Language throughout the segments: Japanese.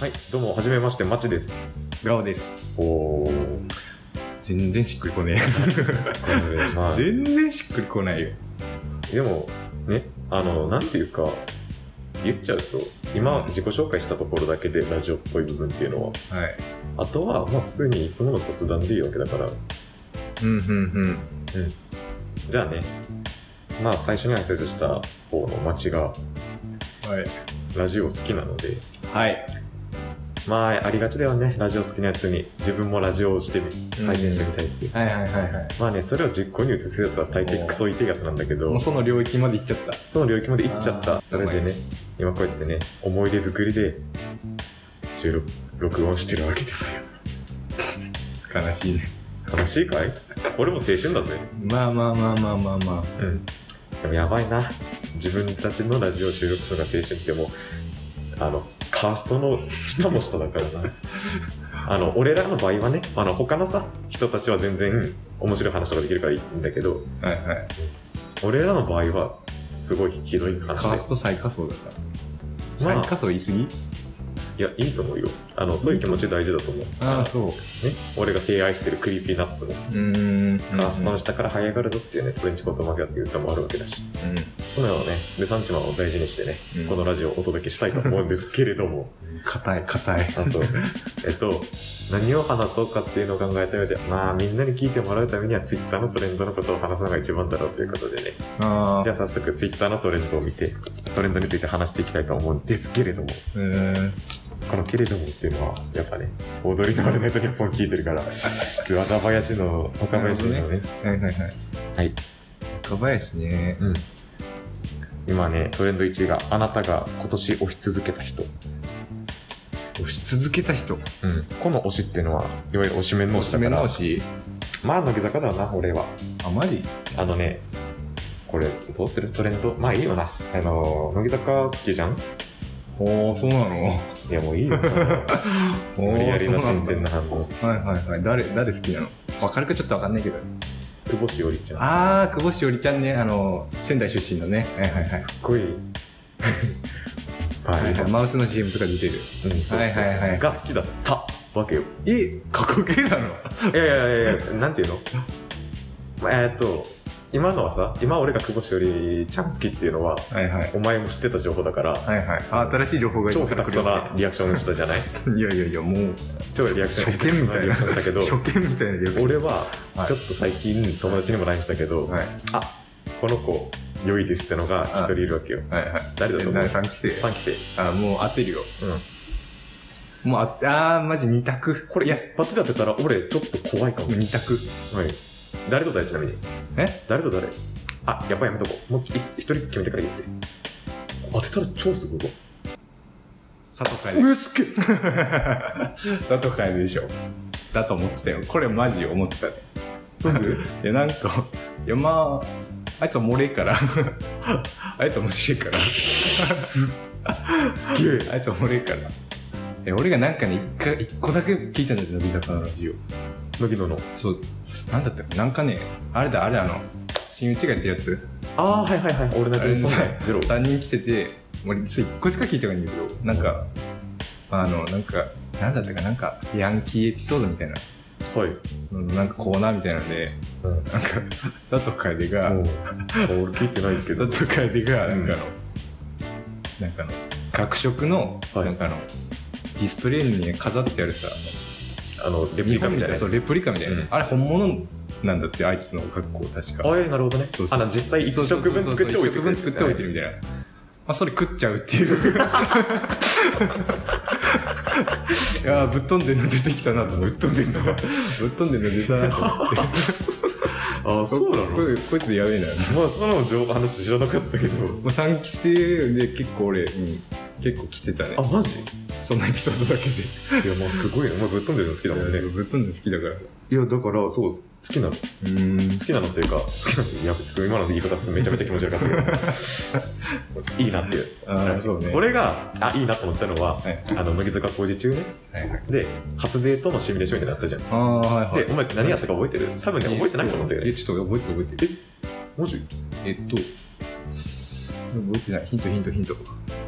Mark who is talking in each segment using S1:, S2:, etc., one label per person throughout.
S1: はい、どうも、はじめまして、まちです。
S2: ガオです。
S1: おー、
S2: 全然しっくりこね
S1: なので、
S2: え。
S1: ま
S2: 全然しっくりこないよ。
S1: あ、でも、ね、あの、なんていうか、言っちゃうと、今、自己紹介したところだけで、ラジオっぽい部分っていうのは、
S2: はい。
S1: あとは、まあ、普通にいつもの雑談でいいわけだから、
S2: うんうん
S1: じゃあね、まあ、最初に挨拶した方のまちが、
S2: うん。はい。
S1: ラジオ好きなので、
S2: はい。
S1: まあ、ありがちだよね、ラジオ好きなやつに、自分もラジオをしてみ、配信してみたいっていう。
S2: はいはいはいはい。
S1: まあね、それを実行に移すやつは大
S2: お
S1: 抵
S2: ー
S1: クソいてやつなんだけど、
S2: もうその領域まで行っちゃった。
S1: その領域まで行っちゃった
S2: あー
S1: それでね今こうやってね思い出作りで収録録音してるわけですよ
S2: 悲しいね。
S1: 悲しいかいこれも青春だぜ
S2: まあまあまあまあまあま
S1: うんでもやばいな自分たちのラジオを収録するのが青春ってもうあのカーストの下も下だからな あの俺らの場合はねあの他のさ人たちは全然面白い話とかできるからいいんだけど
S2: あ。はいはい。
S1: 俺らの場合はすごいひどい話
S2: カー
S1: で
S2: スト最下層だから。
S1: まあ
S2: 最下層言い過ぎ
S1: いやいいと思うよあのそういう気持ち大事だと思う
S2: ああ、そう。
S1: ね、俺が敬愛してるクリーピーナッツも、
S2: うーん。
S1: カーストの下から這い上がるぞっていうね、トレンチコートマフィアっていう歌もあるわけだし、
S2: うん
S1: このようなね、ルサンチマンを大事にしてね、
S2: うん
S1: このラジオをお届けしたいと思うんですけれど も、
S2: うん。硬い硬い。
S1: あ、そう。えっと、何を話そうかっていうのを考えた上で、まあみんなに聞いてもらうためには Twitter のトレンドのことを話すのが一番だろうということでね、
S2: あ
S1: じゃあ早速 Twitter のトレンドを見て、トレンドについて話していきたいと思うんですけれども、
S2: あ。うーん。
S1: この「けれども」っていうのはやっぱね踊りの「あれないと日本」聞いてる から若林の若林のね
S2: なるはいはいはい。
S1: はい、
S2: 若林ね。
S1: うん、今ねトレンド1位が「あなたが今年押し続けた人
S2: 押し続けた人。」
S1: うん、この推しっていうのはいわゆる推しメンの推しだか
S2: 目直
S1: ら
S2: し。
S1: まあ乃木坂だな俺は
S2: あ、マジ
S1: あのねこれどうするトレンドまあいいよなあの乃木坂好きじゃん
S2: おー、そうなの
S1: いやもういい よ
S2: おー
S1: 無理やりな
S2: そ
S1: 新
S2: うんだ
S1: 鮮な反応
S2: はいはいはい。誰、誰好きなのわかるかちょっとわかんないけど。
S1: 久保史緒里ちゃん
S2: あー、久保しおりちゃんね、あの、仙台出身のね。はい はいはい。
S1: すっごい
S2: は
S1: はいい
S2: はいマウスの CM とか出てる。
S1: うん、そうそう
S2: はいはいはい
S1: が好きだったわけよ。
S2: え、過去形なの
S1: いやいやいやいや、なんていうのまえーっと、今のはさ、今俺が久保しおりちゃん好きっていうのは、
S2: はいはい。
S1: お前も知ってた情報だから、
S2: はいはい。あ、新しい情報が
S1: 超下手くそなリアクションしたじゃ ない
S2: いやいやいや、もう、
S1: 超リアクション
S2: 初見みたい
S1: リアク
S2: な。
S1: ションしたけど、
S2: 初見みたいなリアクション。
S1: 俺は
S2: はい
S1: ちょっと最近友達にも LINE したけど、
S2: はい
S1: あこの子、良いですってのが一人いるわけよ。
S2: はいはい。
S1: 誰だと思う
S2: えな三期生。
S1: 3期生。
S2: あ、もう当てるよ。
S1: うん。
S2: もうあって、あー、マジ二択。
S1: これ
S2: いや、
S1: 一発で当てたら俺ちょっと怖いかも。
S2: 二択。
S1: はい。誰と誰ちなみに
S2: え
S1: 誰と誰あ、やっぱやめとこう。もうい一人決めてから言って。当てたら超すごいぞ。
S2: 佐藤海
S1: うっすけ
S2: だと変えるでしょだと思ってたよこれマジ思ってたね
S1: なんで
S2: いやなんかいやまああいつは漏れえから あいつは面白いから
S1: すっげえ。
S2: あいつは漏れえからえ俺がなんかね一回一個だけ聞いたんだよ乃木坂のラジオ
S1: 乃木野の。
S2: そうなんだったかなんかねあれだあれあの新内がやってるやつ
S1: あー、はいはいはい。俺の
S2: あれ
S1: や
S2: に
S1: つ
S2: さ
S1: ゼロ。
S2: 3人来てて俺実は1個しか聞いてないんだけどなんかあのなんかなんだったかなんかヤンキーエピソードみたいな
S1: はい。
S2: うんなんかコーナーみたいなんで、
S1: うん
S2: なんか佐藤楓が、
S1: もう、俺聞いてないけど。
S2: 佐藤楓がな
S1: うん
S2: んかあの、なんかあの学食の、
S1: はい
S2: なんかあのディスプレイに飾ってあるさ
S1: あの、レプリカみたいなやつ。
S2: そうレプリカみたいなや
S1: う
S2: つ、
S1: ん
S2: あれ本物なんだってあいつの学校確か
S1: あー、なるほどね
S2: そう。そ
S1: あ
S2: う
S1: の、実際一食分作っておいて
S2: 1食分作っておいてるみたいな、まあ、それ食っちゃうって いういやーぶっ飛んでんの出てきたなと思ってぶっ飛んでんのぶっ飛んでんの出たなと思って
S1: あー、 そうなの
S2: ここいつやべえな
S1: まあ、その情報話知らなかったけど。
S2: まあ、3期生で結構俺、うん、結構来てたね
S1: あ、マジ
S2: そんなエピソードだけで
S1: いや、もうすごいね。お前ぶっ飛んでるの好きだもんね。
S2: ぶっ飛んで好きだからう
S1: いや、だから、そう、好きなの。
S2: ーん
S1: 好きなのっていうか、好きなのいや、別に今の言い方めちゃめちゃ気持ち悪かったけど、 いいなっていう。
S2: ああそうね
S1: 俺が、あ、いいなと思ったのは、
S2: はい
S1: あの、乃木坂工事中ね。
S2: はいはい
S1: で、初デートのシミュレーションみたいなのあったじ
S2: ああはい
S1: ゃ
S2: はい
S1: ん。で、お前何やったか覚えてる多分ね、覚えてないと思うんだよね。
S2: えちょっと覚えてる覚えてる
S1: マジ
S2: えっと覚えてないヒントヒントヒント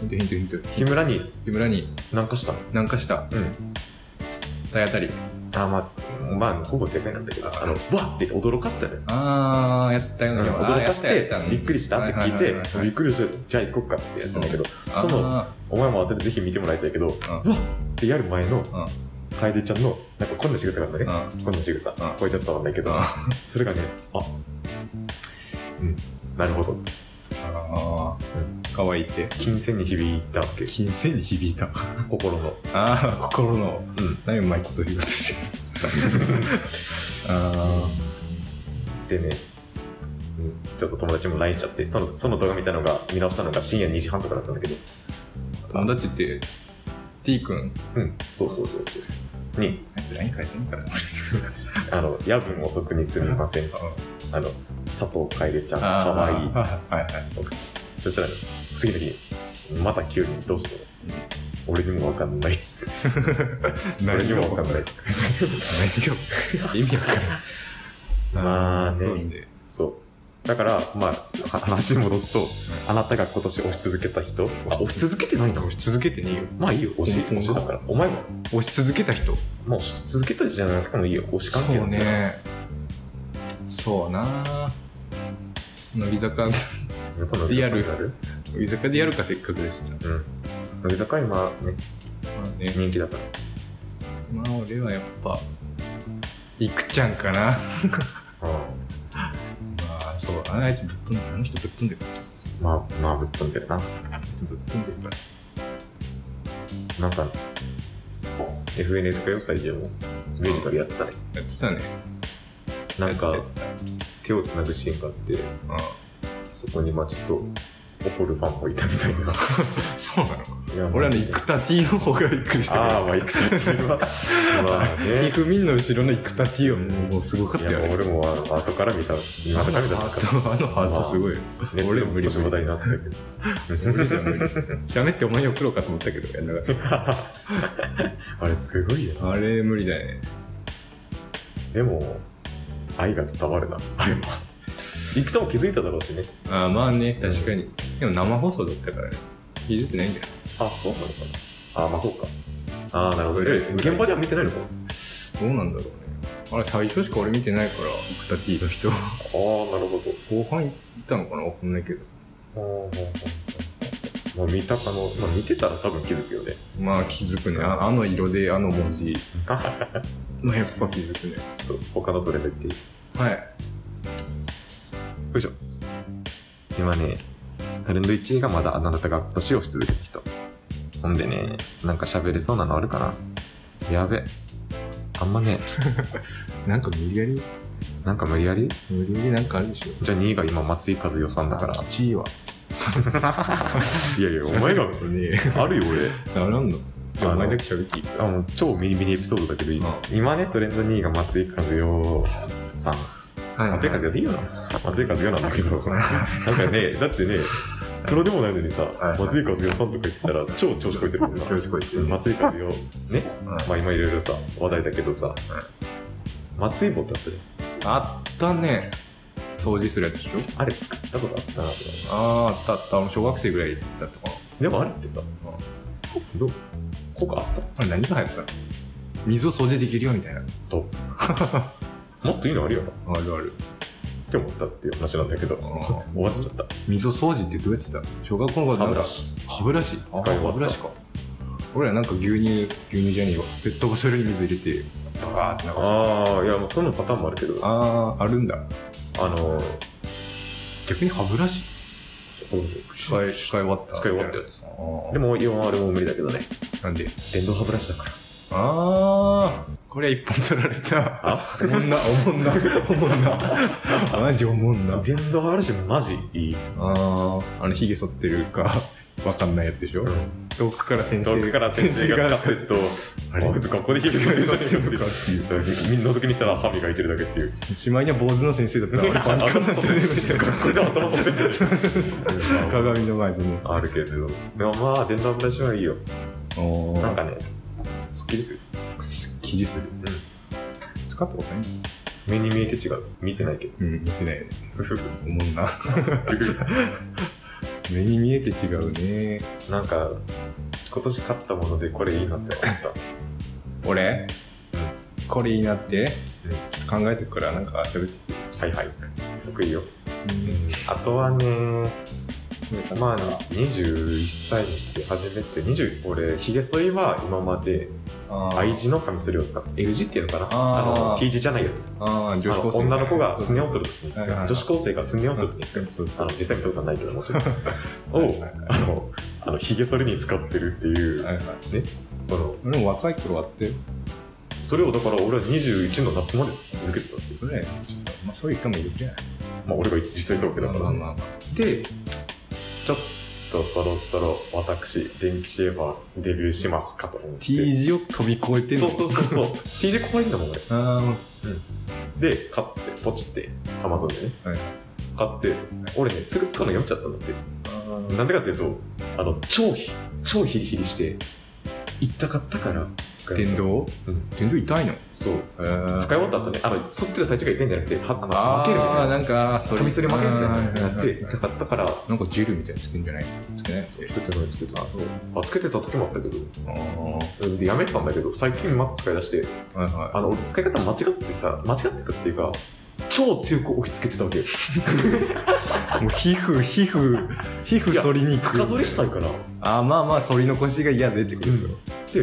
S2: ヒントヒントヒント。
S1: 木村に
S2: 木村に
S1: 何かした
S2: 南下した
S1: うん
S2: 体当たり。
S1: あまあまあほぼ正解なんだけどあのわっって驚かせたね
S2: あー、やったよ
S1: う
S2: ね。
S1: ん驚かせてびっくりしたって聞いてびっ
S2: て、
S1: くりしたやつじゃあ行こっかってやったんだけど
S2: あ
S1: その
S2: ー
S1: お前も後でぜひ見てもらいたいけど、うわっってやる前の楓ちゃんのなんかこんな仕草があったね
S2: うんうん
S1: こんな仕草
S2: ん
S1: これちゃ伝わんないけど
S2: あ
S1: それがねあうんなるほど
S2: あー、かわいいって。
S1: 金銭に響いたわけ
S2: 金銭に響いた。
S1: 心の
S2: ああ、心の。
S1: うん
S2: 何うまいこと言うとして る。あ
S1: でねうんちょっと友達も LINE しちゃってそのその動画見たのが見直したのが深夜2時半とかだったんだけど
S2: あ、友達って、T 君、
S1: うんそうそうそうそうに
S2: あいつ LINE 返せんからな。
S1: あの夜分遅くにすみませんあの佐藤楓ちゃん
S2: あー
S1: かわいい
S2: はいはい。
S1: そしたら、ね、次の日に、また急にどうして俺にもわかんない。俺にもわかんない。
S2: 何が意味わからない。
S1: まあね
S2: そうね。
S1: そう。だから、まあ、は話戻すと、あなたが今年押し続けた人、あ、押し続けてないな
S2: 押。し続けてねえよ。
S1: まあいいよ、押し、
S2: 今後
S1: 押しだから。お前も、
S2: 押し続けた人。
S1: もう押し続けたじゃなくてもいいよ、押し関係
S2: そう。ね。そうな乃木坂、
S1: やっぱ
S2: リアル
S1: 乃木坂る
S2: 乃木坂でやるかせっかくだしな。
S1: うん。乃木坂今、ね、
S2: まあね。
S1: 人気だから。
S2: まあ俺はやっぱ、いくちゃんかな。
S1: うん。
S2: まあそうだな、あいつぶっ飛んでる。あの人ぶっ飛んでる。
S1: まあ、まあ、ぶっ飛んでるな。
S2: ぶっ飛んでるか
S1: な
S2: ら。
S1: んか、FNS かよ、最近も。ミュージカルやってたね。
S2: やってたね。
S1: なんか
S2: やっ、てたやって
S1: 手をつなぐシーンがあって、
S2: たうん。
S1: そこにまあちょっと怒るファンもいたみた いな。
S2: そうなの
S1: いや
S2: 俺はね、
S1: まあ
S2: 生田 T の方がびっくりしたけど。
S1: ああ、まあ、行くた次は。まあ
S2: ひ
S1: ね。
S2: ふみんの後ろの生田 T はもうすごかっ
S1: い
S2: た
S1: や、
S2: よ
S1: もう
S2: ね。
S1: 俺もあの後から見た、今から見た
S2: あのハ
S1: か
S2: ート、あのハートすごいよ。
S1: ら、
S2: 俺
S1: 俺
S2: も
S1: も無
S2: 無理
S1: 理無理なってたけど。
S2: 無理じゃ無理喋ってお前に送ろうかと思ったけど、やんなかっ
S1: あれすごいよな。
S2: たあれ無理だね。
S1: でも、愛が伝わるな。あれも。行くとも気づいただろうしね。
S2: ああ、まあね、確かに。でも生放送だったからね。気づいてないんだよ。
S1: あ、そうなのかな。あ、まあそうか。ああ、なるほど。え
S2: うん
S1: 現場では見てないのか
S2: どうなんだろうね。あれ、最初しか俺見てないから、生田 T の人。
S1: ああ、なるほど。
S2: 後半いたのかなわかんないけど。
S1: ああ、まあ見たかの、まあ見てたら多分気づくよね。
S2: まあ気づくね。ああの色で、あの文字。 まあやっぱ気づくね。
S1: ちょっと他のトレンド言っていい
S2: はい。
S1: よいしょ。今ね、トレンド1位がまだあなたが年をし続ける人。ほんでね、なんか喋れそうなのあるかなやべ。あんまね、
S2: なんか無理やり、
S1: なんか無理やり
S2: 無理やりなんかあるでしょ。
S1: じゃあ2位が今松井和代さんだ から。
S2: 1位は。
S1: いやいや、お前が、
S2: ね。
S1: あるよ俺。
S2: あらんのじゃあ
S1: あ
S2: お
S1: の
S2: 前だけ喋っていい
S1: あもう超ミニミニエピソードだけどいい、今ね、トレンド2位が松井和代さん。
S2: はい
S1: 松井和代でいいよな。松井和代なんだけど。なんかね、だってね、プロでもないのにさ、
S2: はい
S1: 松井和代さんとか言ったら超調子こいてるもんな。
S2: 調子こいてる
S1: 松井和代、ね、
S2: はい
S1: まあ今いろいろさ、話題だけどさ、松井棒ってあったじ
S2: あったね掃除するやつでしょ
S1: ゃん。あれ作ったことあったなと思って
S2: ああーあったあったあの小学生ぐらいだったかな
S1: でもあれってさ、どう効果あっ
S2: あれ何が流行ったの水を掃除できるよみたいな
S1: たもっといいのあるよなっ
S2: あるある
S1: て思ったっていう話なんだけど、終わっちゃった。
S2: 水を掃除ってどうやってたの小学校の頃
S1: 歯
S2: なん
S1: ブ
S2: か
S1: ラシ。
S2: 歯ブラシ
S1: 使
S2: あ
S1: い終わった
S2: 歯ブラシか俺らなんか牛乳牛乳じゃねえわペットボトルに水入れてバーって流すあ
S1: ああ、いや、もうそのパターンもあるけど、あ
S2: あーあるんだ
S1: のー、
S2: 逆に歯ブラシ使い使い終わった
S1: 使い終わったや
S2: つ
S1: でも今あれも無理だけどね、
S2: なんで
S1: 電動歯ブラシだから。
S2: あー、これ一本取られた。
S1: あ
S2: おもんな、おもんな、おもんな。マジおもんな。
S1: 電動歯ブラシマジいい。
S2: あー、あの、髭剃ってるか、わかんないやつでしょ、遠くから先生
S1: 遠くから先生が使ってると、あれ、こいつ学校で聞いてくれるじゃねえかって
S2: るかっていう。
S1: みんな覗きに来たら歯磨いてるだけっていう。
S2: しまいには坊主の先生だったら、俺バカになっちゃうねみたい
S1: 学校で頭剃ってんじゃね
S2: な。
S1: えか。
S2: 鏡の前でね。
S1: あるけど。でもまあ、電動ブラシはいいよ。
S2: お
S1: なん
S2: ー、
S1: かね、すっきりする。
S2: すっきりする。使ったことない
S1: 目に見えて違う。見てないけど。
S2: うん、見てないよね。
S1: ふふふ。
S2: おもんな。目に見えて違うね。
S1: なんか、今年買ったものでこれいいなって思っ
S2: 俺これになって
S1: うん
S2: 考えてくからなんか喋って
S1: た。はいはい。得意よ。あとはね、まあ、21歳にして初めて、20、俺、ヒゲ剃りは今まで、
S2: あ
S1: 愛字のカミソリを使って、L 字っていうのかな
S2: あー
S1: あの、T 字じゃないやつ。
S2: ああ
S1: あ
S2: 女子
S1: の
S2: 高生
S1: 女の子がすねをするときに使
S2: はいはいは
S1: う、
S2: い
S1: 女子高生がすねをするときに使
S2: そう
S1: う、
S2: そう
S1: あ
S2: そう
S1: の実際にことはないけどもちろん、
S2: はい
S1: を
S2: はいはい
S1: あの、あのひげ剃りに使ってるっていう、
S2: はいはい
S1: この
S2: 俺も若い頃あって
S1: それをだから俺は21の夏まで続けてたっていう、
S2: それちょっとまあそういう人もいるじゃない
S1: まあ、俺が実際いたわけだから、
S2: まあまあま
S1: で、ちょっとそろそろ私、電気シェーバーデビューしますかと思っ
S2: あ
S1: て。
S2: T 字を飛び越えてん
S1: そ
S2: の
S1: うそうそうそう。T 字壊れんだもん、俺。
S2: あー
S1: で、買って、ポチって、アマゾンでね。
S2: はい
S1: 買って、俺ね、すぐ使うの読んじゃったんだって。なんでかっていうと、あの、超ひ、超ヒリヒリして、痛かったから。
S2: 電。動
S1: うん
S2: 電動痛いの
S1: そう。
S2: 使
S1: 使い終わった後ね、あの、反ってる最中が痛いんじゃなくて、はあの、負けるみ
S2: あ
S1: たい
S2: あ
S1: な。
S2: なんかそれ
S1: カミソリ負けるみたいになって、
S2: あーはいはいはい
S1: 痛かったから、
S2: なんかジェルみたいなのつけんじゃないつけない
S1: つけてないつけてないあ、つけてた時もあったけど、
S2: ああ
S1: でやめてたんだけど、最近また使い出して、
S2: はいは
S1: あの、俺使い方間違ってさ、間違ってたっていうか、超強く押し付けてたわけ よ。
S2: いもう皮膚皮膚皮膚剃りに行く
S1: 深剃りしたいから。
S2: あーまあまあ反り残しが嫌でってことだよ、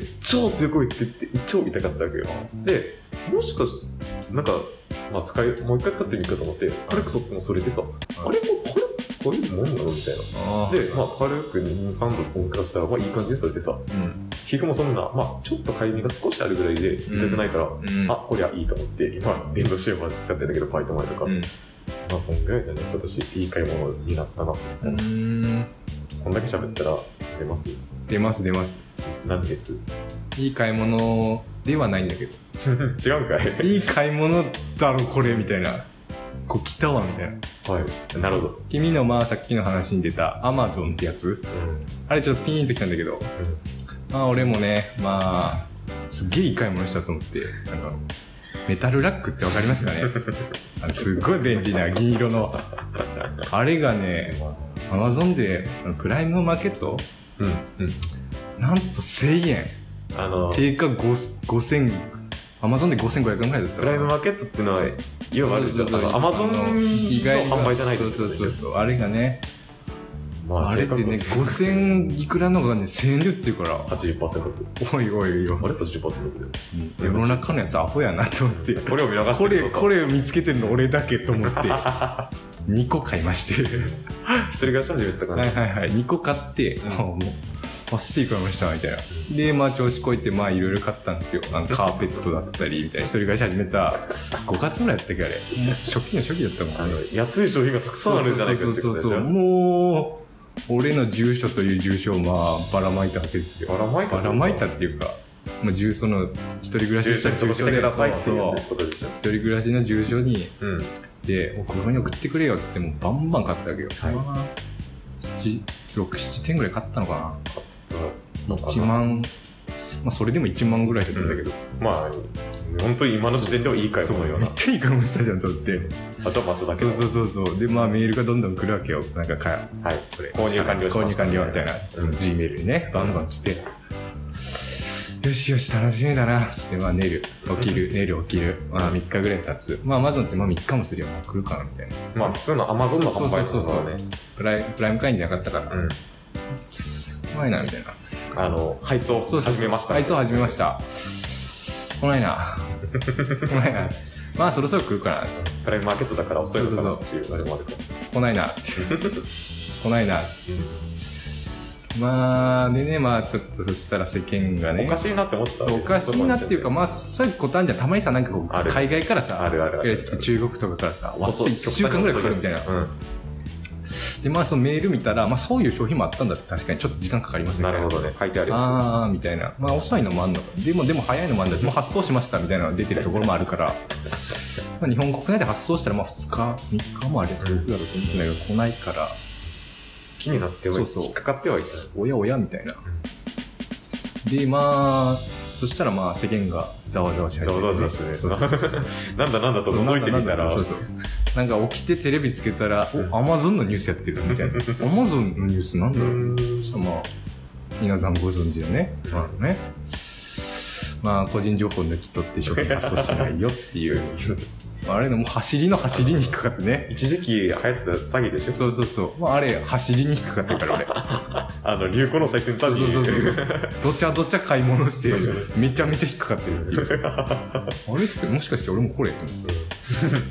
S1: で、超強く押し付けて、超痛かったわけよ。で、もしかし、なんか、まあ、使い、もう一回使ってみるかと思って、軽くそっもそれでさ、あれも軽く使えるもんなのみたいな。
S2: あー
S1: で、まあ、軽く2、3度動かしたら、まあ、いい感じでそれでさ、
S2: うん
S1: 皮膚もそんな、まあ、ちょっと痒みが少しあるぐらいで、痛くないから、
S2: うん
S1: あ、こりゃいいと思って、今、電動シェーバー使ってんだけど、バイト前とか。
S2: うん
S1: まあそんぐらいだね、今年いい買い物になったな。
S2: うーん
S1: こんだけ喋ったら出ます
S2: 出ます出ます
S1: 何です 違
S2: いい買い物ではないんだけど
S1: うんかい
S2: いい買い物だろこれみたいなこう来たわみたいな
S1: はい。なるほど。
S2: 君のまあさっきの話に出た Amazon ってやつ
S1: うん。
S2: あれちょっとピーンときたんだけど、まあ俺もね、まあ、すっげえいい買い物したと思って、あの、メタルラックってわかりますかね あのすっごい便利な銀色の。あれがね、アマゾンであのプライムマーケット
S1: うん。うん。
S2: なんと1000円。
S1: あの、
S2: 定価5 5000、アマゾンで5500円ぐらいだった
S1: プライムマーケットっていうのは、要はあれじゃん。アマゾンの販売じゃないで
S2: で
S1: よ
S2: すすそう
S1: ね
S2: そうそうそう。あれがね、
S1: ま
S2: あれってね、5000いくらのがね、1000円で売ってるから、
S1: 80%オ
S2: おいおいおいおい
S1: フ。あれ80%オフだよ。
S2: 世の中のやつアホやなと思って
S1: これを見逃して
S2: こ
S1: る
S2: れ
S1: と
S2: これ見つけてるの俺だけと思って
S1: 一
S2: 2個買いまして
S1: 人暮らし始めてたか
S2: は
S1: ら
S2: い
S1: ね。
S2: はいはい2個買って、
S1: うん
S2: あもうあスティー買いましたみたいなでまあ調子こいてまあいろいろ買ったんですよあのカーペットだったりみたいな一人暮らし始めた5月ぐらいやったっけあれ初期の初期だった
S1: あ
S2: もん
S1: の
S2: ね、
S1: 安い商品がたくさんあるんじゃないか
S2: そう
S1: って
S2: そ
S1: こ
S2: う
S1: と
S2: そ
S1: です
S2: うそうそう
S1: よね。
S2: もう俺の住所という住所をまあばらまいたわけですよ
S1: ばらまいた
S2: ばらまいたっていうか、まあ、住所の一人暮らし
S1: 住
S2: した
S1: 所に届
S2: 住
S1: け
S2: 所
S1: て
S2: で
S1: くださいって
S2: そう
S1: い
S2: そう
S1: うことですよ。
S2: 一人暮らしの住所に
S1: うん。
S2: で「おここに送ってくれよ」っつってもうバンバン買ったわけよ、
S1: はい
S2: 七六67点ぐらい買ったのか
S1: な
S2: なん
S1: かな
S2: 1万まあそれでも1万ぐらいだったんだけど、
S1: まあ、本当に今の時点ではいい買い
S2: そう
S1: 物よ
S2: め
S1: な
S2: っ。ちゃいい買い物したじゃんと思って
S1: あとは松だけ
S2: そ
S1: ど
S2: うそうそうそうでまあメールがどんどん来るわけよなんかか
S1: はい。
S2: これ
S1: 購入完了しました
S2: 購入完了みたいな、
S1: うん
S2: G メールにねバンバン来て、よしよし楽しみだなっつってまあ寝る起きる寝る起きるまあ3日ぐらい経つまあ Amazon ってまあ3日もするよな来るかなみたいな
S1: まあ、普通のアマゾンの販売
S2: そ
S1: と
S2: うそう
S1: か
S2: そう
S1: は
S2: そう
S1: ね、
S2: プライプライム会員じゃなかったから、
S1: うん
S2: うまいなみたいな
S1: あの、配送
S2: そうそうそう
S1: 始めました。
S2: 配送始めました来ないな来ないなまあそろそろ来るかな
S1: プライムマーケットだから遅いのかなっていうあれもあるから。
S2: 来ない な来ないなまあでねまあちょっとそしたら世間が
S1: うんお
S2: ね
S1: かしいなって思ってた
S2: そうおかしいなっていうか、まあ、そういうことあるじゃん。たまにさ、なんかこう、
S1: ある
S2: 海外から
S1: あ
S2: さ、
S1: るあるあ
S2: 入れてきて
S1: る。
S2: 中国とかからさ、わっ
S1: 遅い
S2: 1週間ぐらいかかるみたいな。
S1: うん。
S2: で、まあ、そのメール見たら、まあ、そういう商品もあったんだって、確かにちょっと時間かかりますよ
S1: な
S2: ね。
S1: るほどね。書いてあるや
S2: あーみたいな、まあ、遅いのもあんのでもでも早いのもあんだもう発送しましたみたいなのが出てるところもあるから、まあ、日本国内で発送したらまあ2日3日もあれ届くだろうと思うんだけど来ないから
S1: つ。気になっては
S2: そうそう
S1: 引っかかってはいた。
S2: おやおやみたいなでまあそしたらまあ世間がざわざわし始
S1: ざ
S2: め
S1: わ
S2: て
S1: ざわしてね。なんだなんだと
S2: そうな
S1: 覗
S2: ん
S1: い
S2: だ
S1: て
S2: な
S1: み
S2: ん
S1: た
S2: だ
S1: ら
S2: そ、うそうなんか起きてテレビつけたら、
S1: うん
S2: お、アマゾンのニュースやってるみた いな。アマゾンのニュースなんだろうまあ、皆さんご存知よね。まあね。まあ、個人情報抜き取って商品発送しないよっていう。 まああれのもう走りの走りに引っかかってね。
S1: 一時期流行ってた詐欺でしょ
S2: そうそうそう。まあ、あれ、走りに引っかかって るから
S1: あの流行の最先端
S2: 俺。
S1: に
S2: そうそうそ うそう。どちゃどちゃ買い物して
S1: そうそう、
S2: めちゃめちゃ引っかかってるっていう。 あれっつって、もしかして俺もこれと思って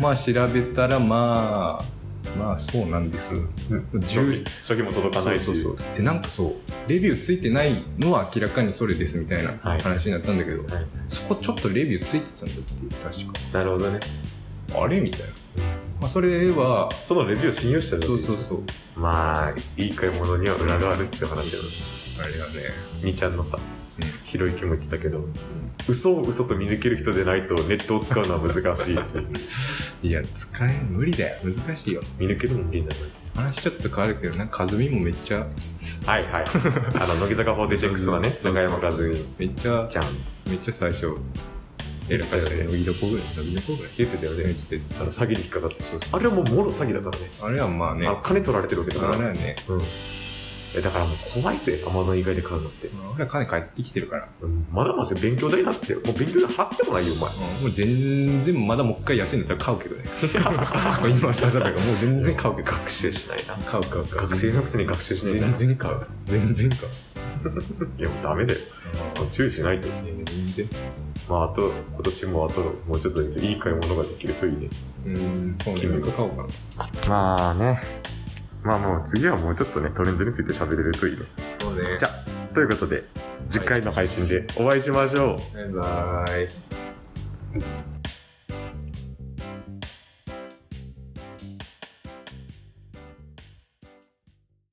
S2: まあ、調べたら、まあ、まあ、そうなんです。
S1: 初
S2: 10
S1: 期初期も届かないし
S2: そうそうそうでなんかそうレビューついてないのは明らかにそれですみたいな
S1: はい
S2: 話になったんだけど、
S1: はい
S2: そこちょっとレビューついてたんだっていう確
S1: なるほどね
S2: かあれみたいな、まあ、それは
S1: そのレビューを信用したじゃん
S2: そうそうそう
S1: まあいい買い物には裏があるっていう話だよね
S2: あれだね
S1: みーちゃんのさ
S2: うん
S1: ひろゆきも言ってたけど、嘘を嘘と見抜ける人でないとネットを使うのは難しいっていう
S2: いや使え無理だよ難しいよ
S1: 見抜けるもんでいいんだね
S2: 話ちょっと変わるけどなんか和美もめっちゃ
S1: はい はいあの乃木坂46はね
S2: そうそう
S1: 中山和美
S2: めっちゃ
S1: ちゃん
S2: めっちゃ最初えらかし
S1: そう
S2: て
S1: だよね
S2: 乃木どこぐらい乃木どこぐらい
S1: 言ってたよ
S2: 言っ
S1: ね
S2: てて
S1: あの詐欺に引っかかって
S2: そうそ
S1: あ
S2: う
S1: れはもうもろ詐欺だからね
S2: あれはまあね
S1: あの金取られてるわけだか
S2: あ
S1: ら
S2: れはね
S1: うんえだからもう怖いぜアマゾン以外で買うのって、
S2: まあ俺は金返ってきてるから
S1: うんまだまだ勉強代だってもう勉強代払ってもないよお前
S2: うんもう全然まだもう一回安いんだったら買うけどね 今更だからもう全然買うけど
S1: 学習しないな
S2: 買う買う買う
S1: 学生のくせに学習しないな
S2: 全然買う全然買う
S1: いやもうダメだよもう注意しないと
S2: 全然
S1: まああと今年もあともうちょっとでいい買い物ができるといいね
S2: うんそうね
S1: 君
S2: なんか買おうかな
S1: まあねまあもう次はもうちょっとねトレンドについて喋れるといいね
S2: そうね
S1: じゃということで次回の配信でお会いしましょう、
S2: バイバイ